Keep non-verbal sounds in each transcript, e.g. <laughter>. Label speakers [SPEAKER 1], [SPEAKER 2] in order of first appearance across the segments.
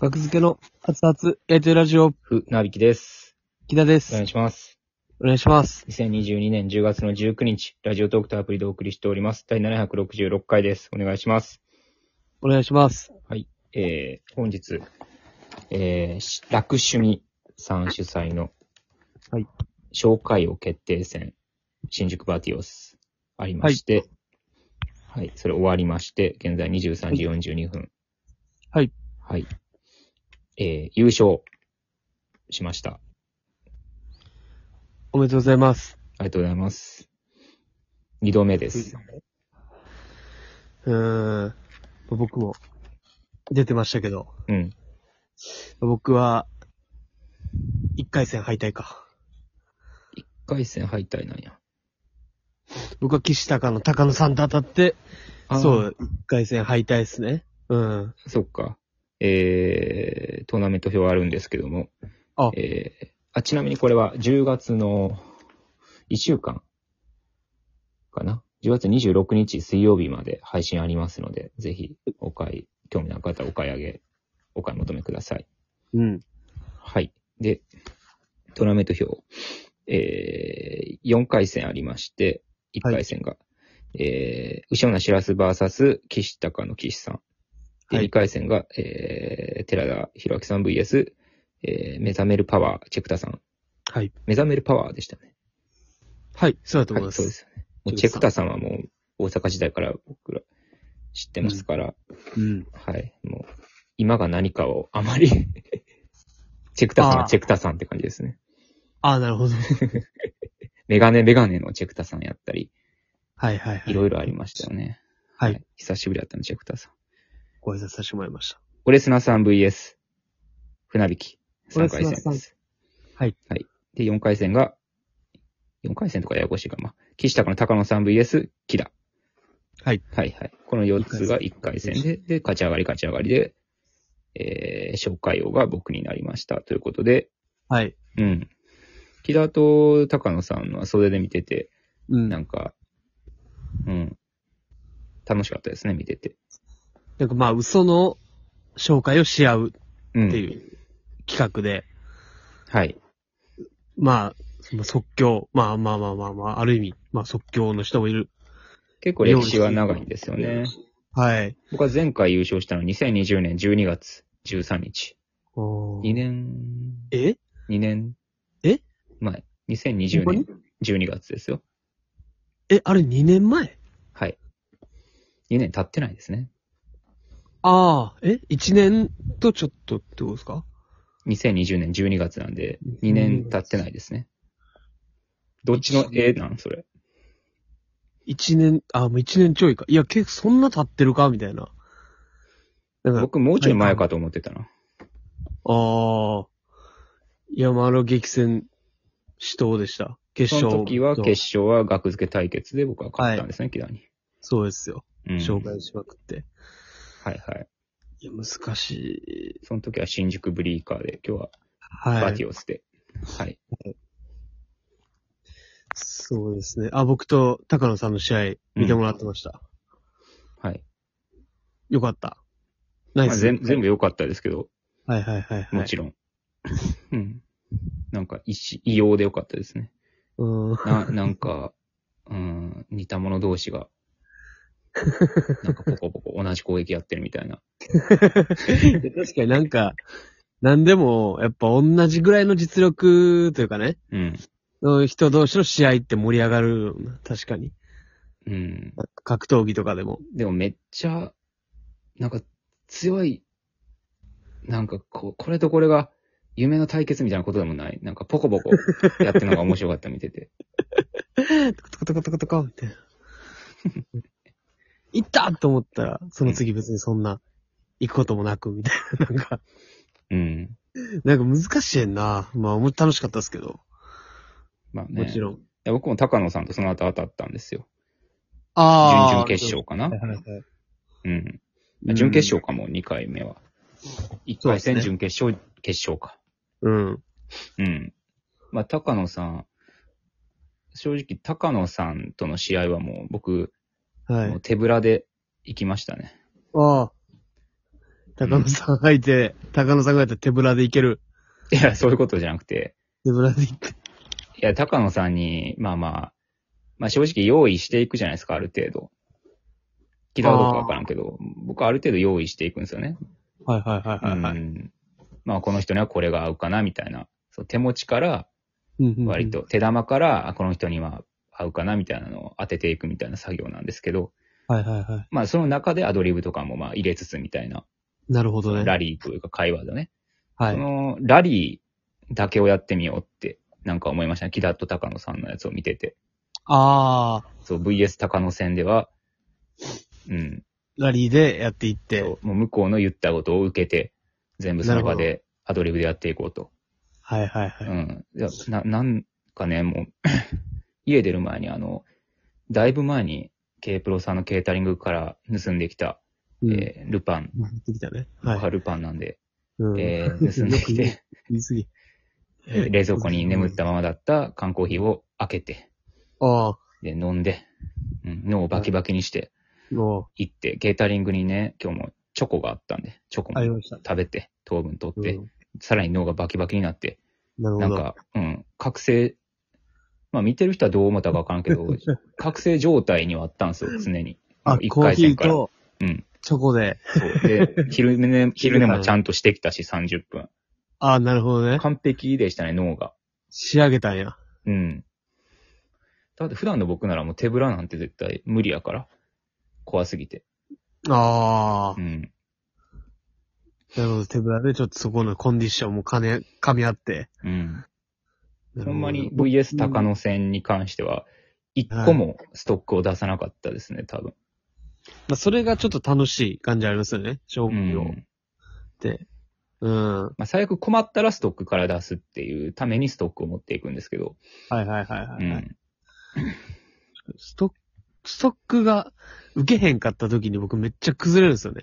[SPEAKER 1] 学付けの熱々焼いてるラジオ、
[SPEAKER 2] ふ、なびきです。
[SPEAKER 1] 木田で
[SPEAKER 2] お願
[SPEAKER 1] す
[SPEAKER 2] い。します。
[SPEAKER 1] お願いします。
[SPEAKER 2] 2022年10月の19日、ラジオトークとアプリでお送りしております。第766回です。お願いします。
[SPEAKER 1] お願いします。
[SPEAKER 2] えー、本日、えーし、楽趣味さん主催の、
[SPEAKER 1] はい。
[SPEAKER 2] 紹介を決定戦、新宿バーティオス、ありまして、はい、それ終わりまして、現在23時42分。
[SPEAKER 1] はい。
[SPEAKER 2] はい。えー、優勝しました。
[SPEAKER 1] おめでとうございます。
[SPEAKER 2] ありがとうございます。二度目です。
[SPEAKER 1] うーん。僕も出てましたけど、
[SPEAKER 2] うん。
[SPEAKER 1] 僕は、一回戦敗退か。
[SPEAKER 2] 一回戦敗退なんや。
[SPEAKER 1] 僕は岸高の高野さんと当たって、
[SPEAKER 2] あー
[SPEAKER 1] そ。う、一回戦敗退ですね。うん。
[SPEAKER 2] そっか。えー、トーナメント表あるんですけども。
[SPEAKER 1] あ
[SPEAKER 2] えー、あ、ちなみにこれは10月の1週間かな。10月26日水曜日まで配信ありますので、ぜひお買い、興味のある方はお買い上げ、お買い求めください。
[SPEAKER 1] うん。
[SPEAKER 2] はい。で、トーナメント表。えー、4回戦ありまして、1回戦が、えー、後ろなしらす VS 岸高の岸さん。で、
[SPEAKER 1] はい
[SPEAKER 2] 2回戦が、えー、寺田博明さん VS、えー、目覚めるパワー、チェクタさん。
[SPEAKER 1] はい。
[SPEAKER 2] 目覚めるパワーでしたね。
[SPEAKER 1] はい、そうだと
[SPEAKER 2] は
[SPEAKER 1] 思いま
[SPEAKER 2] い、
[SPEAKER 1] す。
[SPEAKER 2] そうですよね。もうチェクタさんはもう、大阪時代から僕ら知ってますから、
[SPEAKER 1] うん。
[SPEAKER 2] はい。もう、今が何かをあまり、 <laughs> チェクタさんはチェクタさんって感じですね。
[SPEAKER 1] ああ、なるほど。
[SPEAKER 2] メガネメガネのチェクタさんやったり、
[SPEAKER 1] はいはいはい。
[SPEAKER 2] いろいろありましたよね。
[SPEAKER 1] はい。。
[SPEAKER 2] 久しぶりだったの、チェクタさん。
[SPEAKER 1] ご挨拶させてもらいました。
[SPEAKER 2] オレスナさん VS、船引き。3回
[SPEAKER 1] オレ
[SPEAKER 2] 戦
[SPEAKER 1] スナ
[SPEAKER 2] で
[SPEAKER 1] さ
[SPEAKER 2] す。
[SPEAKER 1] はい。
[SPEAKER 2] はい。で、4回戦が、4回戦とかややこしいか、まあ、岸高の高野さん VS、木田。
[SPEAKER 1] はい。
[SPEAKER 2] はいはい。この4つが1回戦で、で、勝ち上がり勝ち上がりで、えー、紹介王が僕になりました。ということで、
[SPEAKER 1] はい。
[SPEAKER 2] うん。木田と高野さんのは袖で見てて、
[SPEAKER 1] うん。
[SPEAKER 2] なんか、うん。楽しかったですね、見てて。
[SPEAKER 1] なんかまあ、嘘の紹介をし合う
[SPEAKER 2] うん。
[SPEAKER 1] っていう企画で、
[SPEAKER 2] はい。
[SPEAKER 1] まあ、その即興、まあまあまあまあまあ、ある意味、まあ即興の人もいる。
[SPEAKER 2] 結構歴史が長いんですよね。
[SPEAKER 1] はい。
[SPEAKER 2] 僕は前回優勝したのは2020年12月13日。
[SPEAKER 1] お
[SPEAKER 2] 2年、
[SPEAKER 1] え
[SPEAKER 2] 2年。
[SPEAKER 1] え
[SPEAKER 2] 前。2020年12月ですよ。
[SPEAKER 1] え、あれ2年前
[SPEAKER 2] はい。2年経ってないですね。
[SPEAKER 1] ああ、え ?1 年とちょっとってことですか
[SPEAKER 2] 2020年12月なんで、2年経ってないですね。どっちの絵なんそれ。
[SPEAKER 1] ?1 年、あ、もう1年ちょいか。いや、結構そんな経ってるかみたいな。なんか、
[SPEAKER 2] 僕もうちょい前かと思ってたな。
[SPEAKER 1] ああ、山の激戦死闘でした。決
[SPEAKER 2] そ
[SPEAKER 1] 勝。
[SPEAKER 2] の時は決勝は額付け対決で僕は勝ったんですね、木田に。
[SPEAKER 1] そうですよ。
[SPEAKER 2] うん
[SPEAKER 1] 紹介しまくって。
[SPEAKER 2] はいはい。
[SPEAKER 1] いや、難しい。
[SPEAKER 2] その時は新宿ブリーカーで、今日は
[SPEAKER 1] は
[SPEAKER 2] バ
[SPEAKER 1] い
[SPEAKER 2] テ。ィオスで。はい。
[SPEAKER 1] そうですね。あ、僕と高野さんの試合見てもらってました。
[SPEAKER 2] はい。
[SPEAKER 1] よかった。ナイ
[SPEAKER 2] まあ、
[SPEAKER 1] ス。
[SPEAKER 2] 全全部良かったですけど、
[SPEAKER 1] はいはいはいはい。
[SPEAKER 2] もちろん。うん。なんか、一異様で良かったですね。
[SPEAKER 1] うん。
[SPEAKER 2] <laughs> な、なんか、うん、似た者同士 <laughs> が、なんかポコポコ同じ攻撃やってるみた <laughs> いな。
[SPEAKER 1] <laughs> 確かになんか、なんでも、やっぱ同じぐらいの実力というかね、
[SPEAKER 2] うん。
[SPEAKER 1] の人同士の試合って盛り上がるよな。確かに。
[SPEAKER 2] うん。
[SPEAKER 1] 格闘技とかでも。
[SPEAKER 2] でもめっちゃ、なんか強い、なんかこう、これとこれが夢の対決みたいなことでもない。なんかポコポコやってるのが面白かった見てて。 <laughs>
[SPEAKER 1] トコトコトコトコみたいな。行ったと思ったら、その次別にそんな、行くこともなく、みたいな。なんか、
[SPEAKER 2] うん。
[SPEAKER 1] なんか難しいな。まあ、も楽しかったですけど。
[SPEAKER 2] まあね。
[SPEAKER 1] もちろん。
[SPEAKER 2] いや僕も高野さんとその後当たったんですよ。準
[SPEAKER 1] あ
[SPEAKER 2] 々決勝かな
[SPEAKER 1] はいはいはい
[SPEAKER 2] うん。
[SPEAKER 1] うん
[SPEAKER 2] 準決勝かも、2回目は。1
[SPEAKER 1] そう
[SPEAKER 2] 回
[SPEAKER 1] ですね
[SPEAKER 2] 戦、準決勝、決勝か。
[SPEAKER 1] うん。
[SPEAKER 2] うん。まあ、高野さん、正直、高野さんとの試合はもう僕、
[SPEAKER 1] は
[SPEAKER 2] もう
[SPEAKER 1] い。
[SPEAKER 2] 手ぶらで行きましたね。
[SPEAKER 1] ああ。高野さん履いて、高野さんがやったら手ぶらでいける。
[SPEAKER 2] いや、そういうことじゃなくて、
[SPEAKER 1] 手ぶらでいく。
[SPEAKER 2] いや、高野さんに、まあまあ、まあ正直用意していくじゃないですか、ある程度。聞いたことかわからんけど、僕はある程度用意していくんですよね。
[SPEAKER 1] はいはいはいはい、はい。
[SPEAKER 2] うんまあこの人にはこれが合うかな、みたいな。そう手持ちから、
[SPEAKER 1] うんうんうん
[SPEAKER 2] 割。と手玉から、あこの人には合うかな、みたいなのを当てていくみたいな作業なんですけど、
[SPEAKER 1] はいはいは
[SPEAKER 2] まあその中でアドリブとかもまあ入れつつみたいな、
[SPEAKER 1] い。なるほどね。
[SPEAKER 2] ラリーというか会話だね。
[SPEAKER 1] は
[SPEAKER 2] そ
[SPEAKER 1] い。
[SPEAKER 2] のラリーだけをやってみようって、なんか思いましたね。キダット高野さんのやつを見てて。
[SPEAKER 1] ああ、
[SPEAKER 2] そう、VS 高野戦では、うん。
[SPEAKER 1] ラリーでやっていって。
[SPEAKER 2] そうもう向こうの言ったことを受けて、全部その場
[SPEAKER 1] な
[SPEAKER 2] でアドリブでやっていこうと。
[SPEAKER 1] はいはいはい。
[SPEAKER 2] うん。いや、な、なんかね、もう、 <coughs> 家出る前にあの、だいぶ前に、K プロさんのケータリングから盗んできた、
[SPEAKER 1] うん
[SPEAKER 2] えールパン、
[SPEAKER 1] やってきたね。
[SPEAKER 2] 僕
[SPEAKER 1] はい。
[SPEAKER 2] はルパンなんで、
[SPEAKER 1] うん
[SPEAKER 2] え
[SPEAKER 1] <laughs>
[SPEAKER 2] ー盗んできて、
[SPEAKER 1] 言い過ぎ。
[SPEAKER 2] えー <laughs> 冷蔵庫に眠ったままだった缶コーヒーを開けて、
[SPEAKER 1] ああ、
[SPEAKER 2] で、飲んで、うん、脳をバキバキにして、
[SPEAKER 1] も
[SPEAKER 2] 行って、ケータリングにね、今日もチョコがあったんで、チョコ
[SPEAKER 1] う、あ
[SPEAKER 2] も
[SPEAKER 1] りました。
[SPEAKER 2] 食べて、糖分取っ
[SPEAKER 1] う
[SPEAKER 2] て、
[SPEAKER 1] ん
[SPEAKER 2] さらに脳がバキバキになって、
[SPEAKER 1] なるほ
[SPEAKER 2] な
[SPEAKER 1] ど。
[SPEAKER 2] んか、うん、覚醒、まあ見てる人はどう思ったかわからんけ
[SPEAKER 1] <laughs>
[SPEAKER 2] ど、覚醒状態にはあったんですよ、常に。
[SPEAKER 1] あ、
[SPEAKER 2] 一
[SPEAKER 1] コー
[SPEAKER 2] 回
[SPEAKER 1] ヒー
[SPEAKER 2] 戦から
[SPEAKER 1] と
[SPEAKER 2] うん。
[SPEAKER 1] チョコで。
[SPEAKER 2] そうで、
[SPEAKER 1] <laughs>
[SPEAKER 2] 昼寝、昼寝もちゃんとしてきたし、30分。
[SPEAKER 1] ああ、なるほどね。
[SPEAKER 2] 完璧でしたね、脳が。
[SPEAKER 1] 仕上げたんや。
[SPEAKER 2] うん。だって普段の僕ならもう手ぶらなんて絶対無理やから。怖すぎて。
[SPEAKER 1] ああ
[SPEAKER 2] う、ん。
[SPEAKER 1] なるほど。手ぶらでちょっとそこのコンディションもかね、噛み合って。
[SPEAKER 2] うん。
[SPEAKER 1] なるほ
[SPEAKER 2] ほ
[SPEAKER 1] ど
[SPEAKER 2] んまに VS 高野戦に関しては、一個もストックを出さなかったですね、多分。
[SPEAKER 1] まあ、それがちょっと楽しい感じありますよね。勝
[SPEAKER 2] う
[SPEAKER 1] 負をっ
[SPEAKER 2] ん。
[SPEAKER 1] て。うん。はい
[SPEAKER 2] まあ、最悪困ったらストックから出すっていうためにストックを持っていくんですけど。
[SPEAKER 1] はいはいは
[SPEAKER 2] う
[SPEAKER 1] いはい。
[SPEAKER 2] ん。
[SPEAKER 1] ストック、ストックが受けへんかった時に僕めっちゃ崩れるんですよね。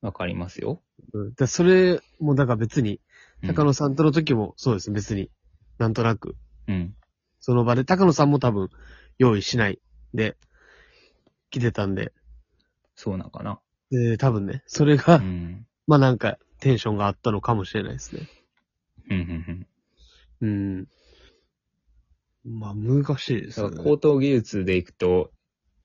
[SPEAKER 2] わかりますよ。
[SPEAKER 1] うん。だからそれもだから別に、
[SPEAKER 2] うん
[SPEAKER 1] 高野さんとの時もそうです、別に。なんとなく。
[SPEAKER 2] うん。
[SPEAKER 1] その場で、高野さんも多分用意しないで、来てたんで。
[SPEAKER 2] そうなんかな。
[SPEAKER 1] で、多分ね、それが、
[SPEAKER 2] うん。
[SPEAKER 1] まあなんかテンションがあったのかもしれないですね。
[SPEAKER 2] うん、うん、
[SPEAKER 1] うん。まあ難しいです
[SPEAKER 2] う
[SPEAKER 1] よ
[SPEAKER 2] ん。
[SPEAKER 1] ね。
[SPEAKER 2] 高等技術でいくと、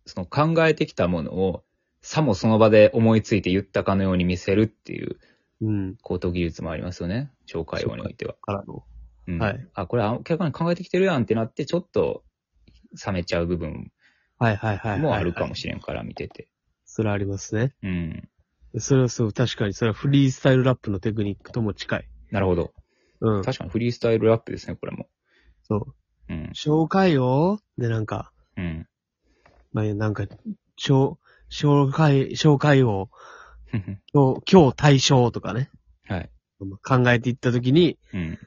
[SPEAKER 2] その考えてきたものを、さもその場で思いついて言ったかのように見せるっていう
[SPEAKER 1] うん。
[SPEAKER 2] 高等技術もありますよね。紹介話においては。
[SPEAKER 1] からの。
[SPEAKER 2] うん、
[SPEAKER 1] はい。
[SPEAKER 2] あ、これ、あ客観に考えてきてるやんってなって、ちょっと冷めちゃう部分
[SPEAKER 1] はいはいはいはい、
[SPEAKER 2] もあるかもしれんから、見てて。
[SPEAKER 1] それはありますね。
[SPEAKER 2] うん。
[SPEAKER 1] それはそう、確かに、それはフリースタイルラップのテクニックとも近い。
[SPEAKER 2] なるほど。
[SPEAKER 1] うん。
[SPEAKER 2] 確かにフリースタイルラップですね、これも。
[SPEAKER 1] そう。
[SPEAKER 2] うん。
[SPEAKER 1] 紹介をで、なんか、
[SPEAKER 2] うん。
[SPEAKER 1] まあ、なんか、紹、紹介、紹介を、今日、今日対象とかね。
[SPEAKER 2] はい。
[SPEAKER 1] 考えていったときに、
[SPEAKER 2] うん。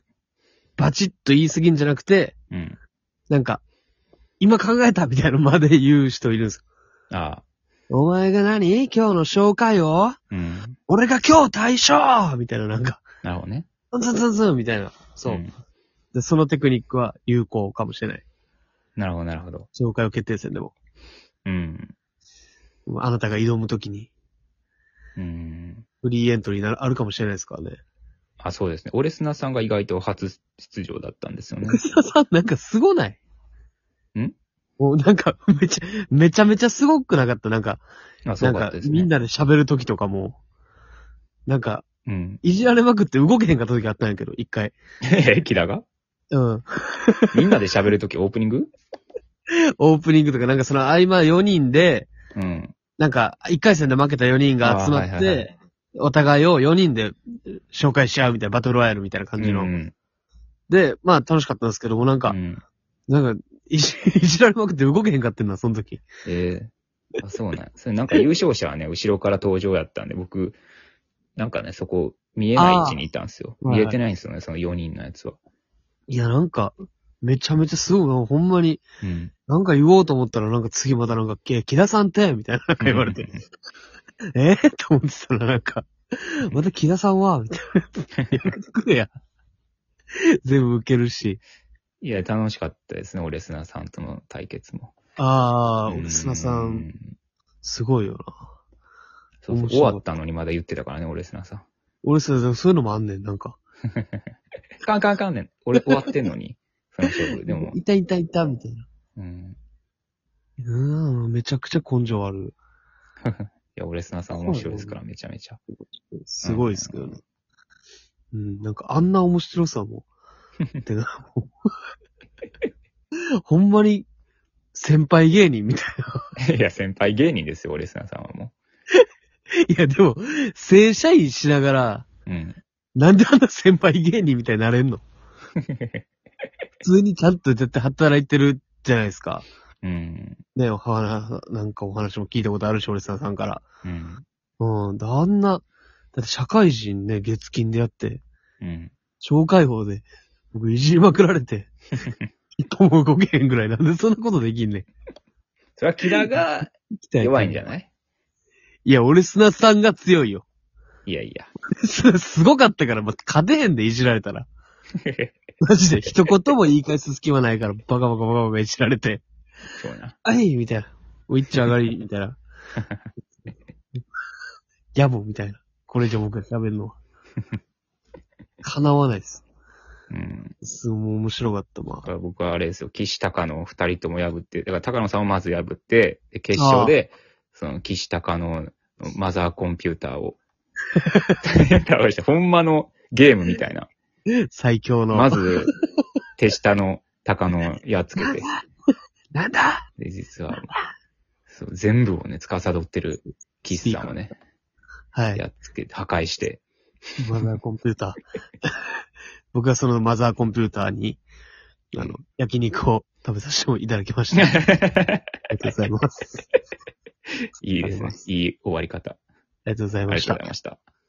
[SPEAKER 1] バチッと言い過ぎんじゃなくて、
[SPEAKER 2] うん。
[SPEAKER 1] なんか、今考えたみたいなのまで言う人いるんです
[SPEAKER 2] ああ。
[SPEAKER 1] お前が何今日の紹介を
[SPEAKER 2] うん。
[SPEAKER 1] 俺が今日対象みたいな、なんか、
[SPEAKER 2] なるほどね。
[SPEAKER 1] ツンツンツンツンみたいな。そう、
[SPEAKER 2] ん
[SPEAKER 1] で。そのテクニックは有効かもしれない。
[SPEAKER 2] なるほど、なるほど。
[SPEAKER 1] 紹介を決定戦でも。
[SPEAKER 2] うん。
[SPEAKER 1] あなたが挑むときに、
[SPEAKER 2] うん。
[SPEAKER 1] フリーエントリーなるあるかもしれないですからね。
[SPEAKER 2] あ、そうですね。オレスナさんが意外と初出場だったん <laughs> ですよね。
[SPEAKER 1] 吉田さん、なんかすごない
[SPEAKER 2] ん
[SPEAKER 1] もうなんか、めちゃ、めちゃめちゃすごくなかった。なんか、
[SPEAKER 2] あ、そ
[SPEAKER 1] な
[SPEAKER 2] うんだっ
[SPEAKER 1] か
[SPEAKER 2] た、ですね。
[SPEAKER 1] みんなで喋るときとかも、なんか、
[SPEAKER 2] うん。
[SPEAKER 1] いじられまくって動けへんかったときあったんやけど、一回。
[SPEAKER 2] え、 <laughs> キラが
[SPEAKER 1] うん。
[SPEAKER 2] みんなで喋るときオープニング
[SPEAKER 1] オープニングとか、なんかその合間4人で、
[SPEAKER 2] うん。
[SPEAKER 1] なんか、一回戦で負けた4人が集まって、
[SPEAKER 2] あはいはいはい
[SPEAKER 1] お互いを4人で紹介し合うみたいな、バトルロワイヤルみたいな感じの。
[SPEAKER 2] うん。
[SPEAKER 1] で、まあ楽しかったんですけども、なんか、
[SPEAKER 2] うん
[SPEAKER 1] なんか、いじ <laughs> いじられまくって動けへんかってんな、その時。
[SPEAKER 2] ええあ、そうなんや。それなんか優勝者はね、後ろから登場やったんで、僕、なんかね、そこ、見えない位置にいたんですよ。
[SPEAKER 1] あーはい
[SPEAKER 2] 見えてないんですよね、その4人のやつは。
[SPEAKER 1] いや、なんか、めちゃめちゃすごいな、ほんまに、
[SPEAKER 2] うん。
[SPEAKER 1] なんか言おうと思ったら、なんか次またなんか、え、木田さんって、みたいな、なんか言われて、えー、と思ってたら、なんか、また木田さんは、みたいな。 <laughs> やめてくれや。全部受けるし。
[SPEAKER 2] いや、楽しかったですね、オレスナさんとの対決も。
[SPEAKER 1] あー、
[SPEAKER 2] う
[SPEAKER 1] 俺
[SPEAKER 2] ん
[SPEAKER 1] 砂さん、。すごいよ
[SPEAKER 2] そうそう
[SPEAKER 1] 面白かった
[SPEAKER 2] 終わったのにまだ言ってたからね、俺レスナーさん。
[SPEAKER 1] 俺さ、そういうのもあんねん、なんか。
[SPEAKER 2] かんかんかんねん。俺終わってんのに。 <laughs> その勝負。でも、
[SPEAKER 1] いたいたいた、みたいな。
[SPEAKER 2] うん。
[SPEAKER 1] うーん、めちゃくちゃ根性ある。
[SPEAKER 2] いや、俺レスナーさん面白いですから、めちゃめちゃ。
[SPEAKER 1] すごいですけどね。うん、なんかあんな面白さ
[SPEAKER 2] <laughs>
[SPEAKER 1] も。てか、もうほんまに、先輩芸人みたい
[SPEAKER 2] <laughs> いや、先輩芸人ですよ、俺レスナーさんはも
[SPEAKER 1] な。いや、でも、正社員しながら、
[SPEAKER 2] う。うん。 <laughs>
[SPEAKER 1] なんであんな先輩芸人みたいになれんの普通にちゃんと絶対働いてるじゃないですか。
[SPEAKER 2] うん。
[SPEAKER 1] ねお話、なんかお話も聞いたことあるし、俺さんさんから。
[SPEAKER 2] うん。
[SPEAKER 1] うん。であんな、だって社会人ね、月金でやって、
[SPEAKER 2] うん。
[SPEAKER 1] 小解放で、僕いじりまくられ
[SPEAKER 2] <laughs>
[SPEAKER 1] て、一個も動けへんぐらい。なんでそんなことできんねん。
[SPEAKER 2] それはキラが弱いんじゃないい
[SPEAKER 1] いや、俺砂さんが強いよ。 <laughs>
[SPEAKER 2] いやいや。
[SPEAKER 1] すすごかったから、まあ、勝てへんでいじられたら。マジで、一言も言い返す隙間ないから、バカバカバカバカいじられて。
[SPEAKER 2] <laughs> そうな。
[SPEAKER 1] はい、みたいな。ウィッチ上がり、みたいな。 <laughs> 野暮、みたいな。これ以上僕が喋る
[SPEAKER 2] <laughs>
[SPEAKER 1] のは。叶わないです。
[SPEAKER 2] うん。
[SPEAKER 1] すごい面白かったわ
[SPEAKER 2] だ。から僕はあれですよ、岸高野を二人とも破って、だから高野さんをまず破って、で決勝で、その岸高野のマザーコンピューターを倒した。ほんまのゲームみたいな。
[SPEAKER 1] 最強の。
[SPEAKER 2] まず、手下の高野をやっつけて、
[SPEAKER 1] なんだ
[SPEAKER 2] で、実は、そう全部をね、司ってる岸さんをね、
[SPEAKER 1] はい。
[SPEAKER 2] やっつけて、破壊して、
[SPEAKER 1] マザーコンピューター。 <laughs> 僕はそのマザーコンピューターに、あの、焼肉を食べさせてもいただきま
[SPEAKER 2] <laughs>
[SPEAKER 1] した。ありがとうございます。
[SPEAKER 2] <laughs> いいですね。いい終わり方。
[SPEAKER 1] ありがとうござい
[SPEAKER 2] ありが
[SPEAKER 1] まし
[SPEAKER 2] とう
[SPEAKER 1] た
[SPEAKER 2] ござ。いました。